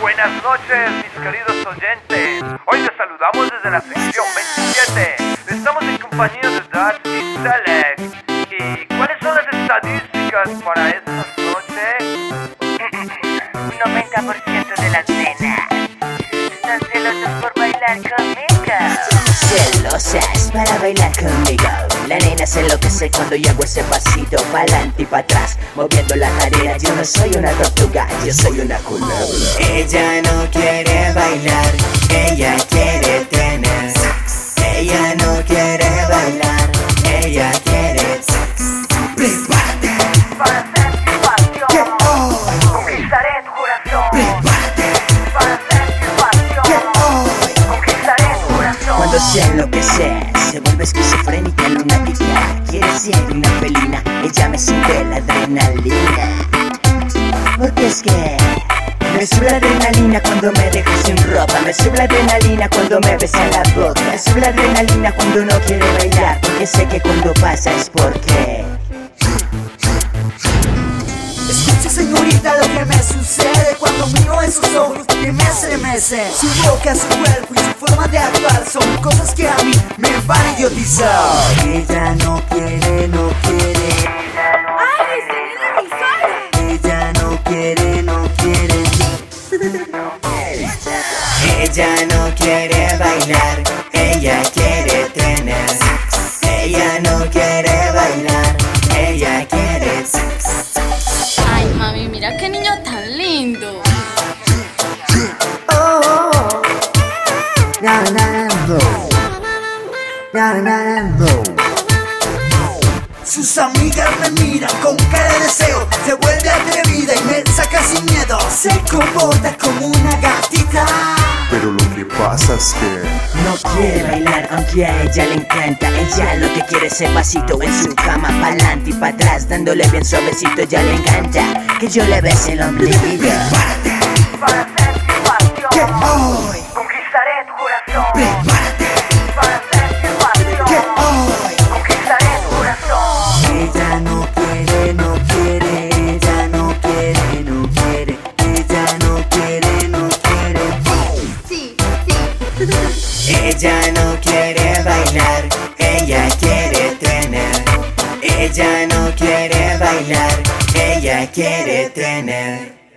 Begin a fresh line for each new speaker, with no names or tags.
buenas noches, mis queridos oyentes. Hoy les saludamos desde la sección 27. Estamos en compañía de Dutch y Selex. ¿Y cuáles son las estadísticas para esta noche?
90% de las cenas. Están celosos por bailar conmigo.
Celosas para bailar conmigo La nena se enloquece cuando yo hago ese pasito Pa'lante y pa' atrás, moviendo la cadera Yo no soy una tortuga, yo soy una culebra Ella no quiere bailar, ella quiere tener sex Ella no quiere bailar, ella quiere sex Prepárate,
Para hacer
que
situación.
hoy,
Conquistaré tu corazón.
prepárate
Para hacer
que
situación.
hoy
Conquistaré tu corazón.
Cuando se enloquece, se vuelve esquizofrénica, lunática. Quiere ser una felina, ella me sube la adrenalina. Porque es que me sube la adrenalina cuando me dejas sin ropa. Me sube la adrenalina cuando me besa la boca. Me sube la adrenalina cuando no quiere bailar. Porque sé que cuando pasa es porque.
Escuche señorita lo que me sucede cuando miro en sus ojos que me estremece Su boca, su cuerpo y su forma de actuar son cosas que a mí me van a idiotizar Ella no quiere, no quiere,
¡Ay, estoy en la emisora!
ella no quiere, no quiere
Ella no quiere bailar, ella quiere tener sex. Ella no quiere bailar, ella quiere sex.
Ay, mami, mira qué niño tan lindo.
Na na na no. Na na na no. Sus amigas me miran con cara de deseo, se vuelve atrevida y me saca sin miedo. Se comporta como una gatita.
Pero lo que pasa es que
No quiere bailar, aunque a ella le encanta. Ella lo que quiere es el pasito en su cama, pa'lante y pa' atrás, dándole bien suavecito, ya le encanta. Que yo le bese el ombliguillo.
Para hacer
Que
situación.
hoy,
Conquistaré tu corazón.
prepárate,
Para hacer
que
situación.
hoy.
Conquistaré tu corazón.
Ella no quiere, no quiere, ella no quiere, no quiere, ella no quiere, no quiere.
Ella no quiere bailar, ella quiere tener. Ella no quiere bailar, ella quiere tener.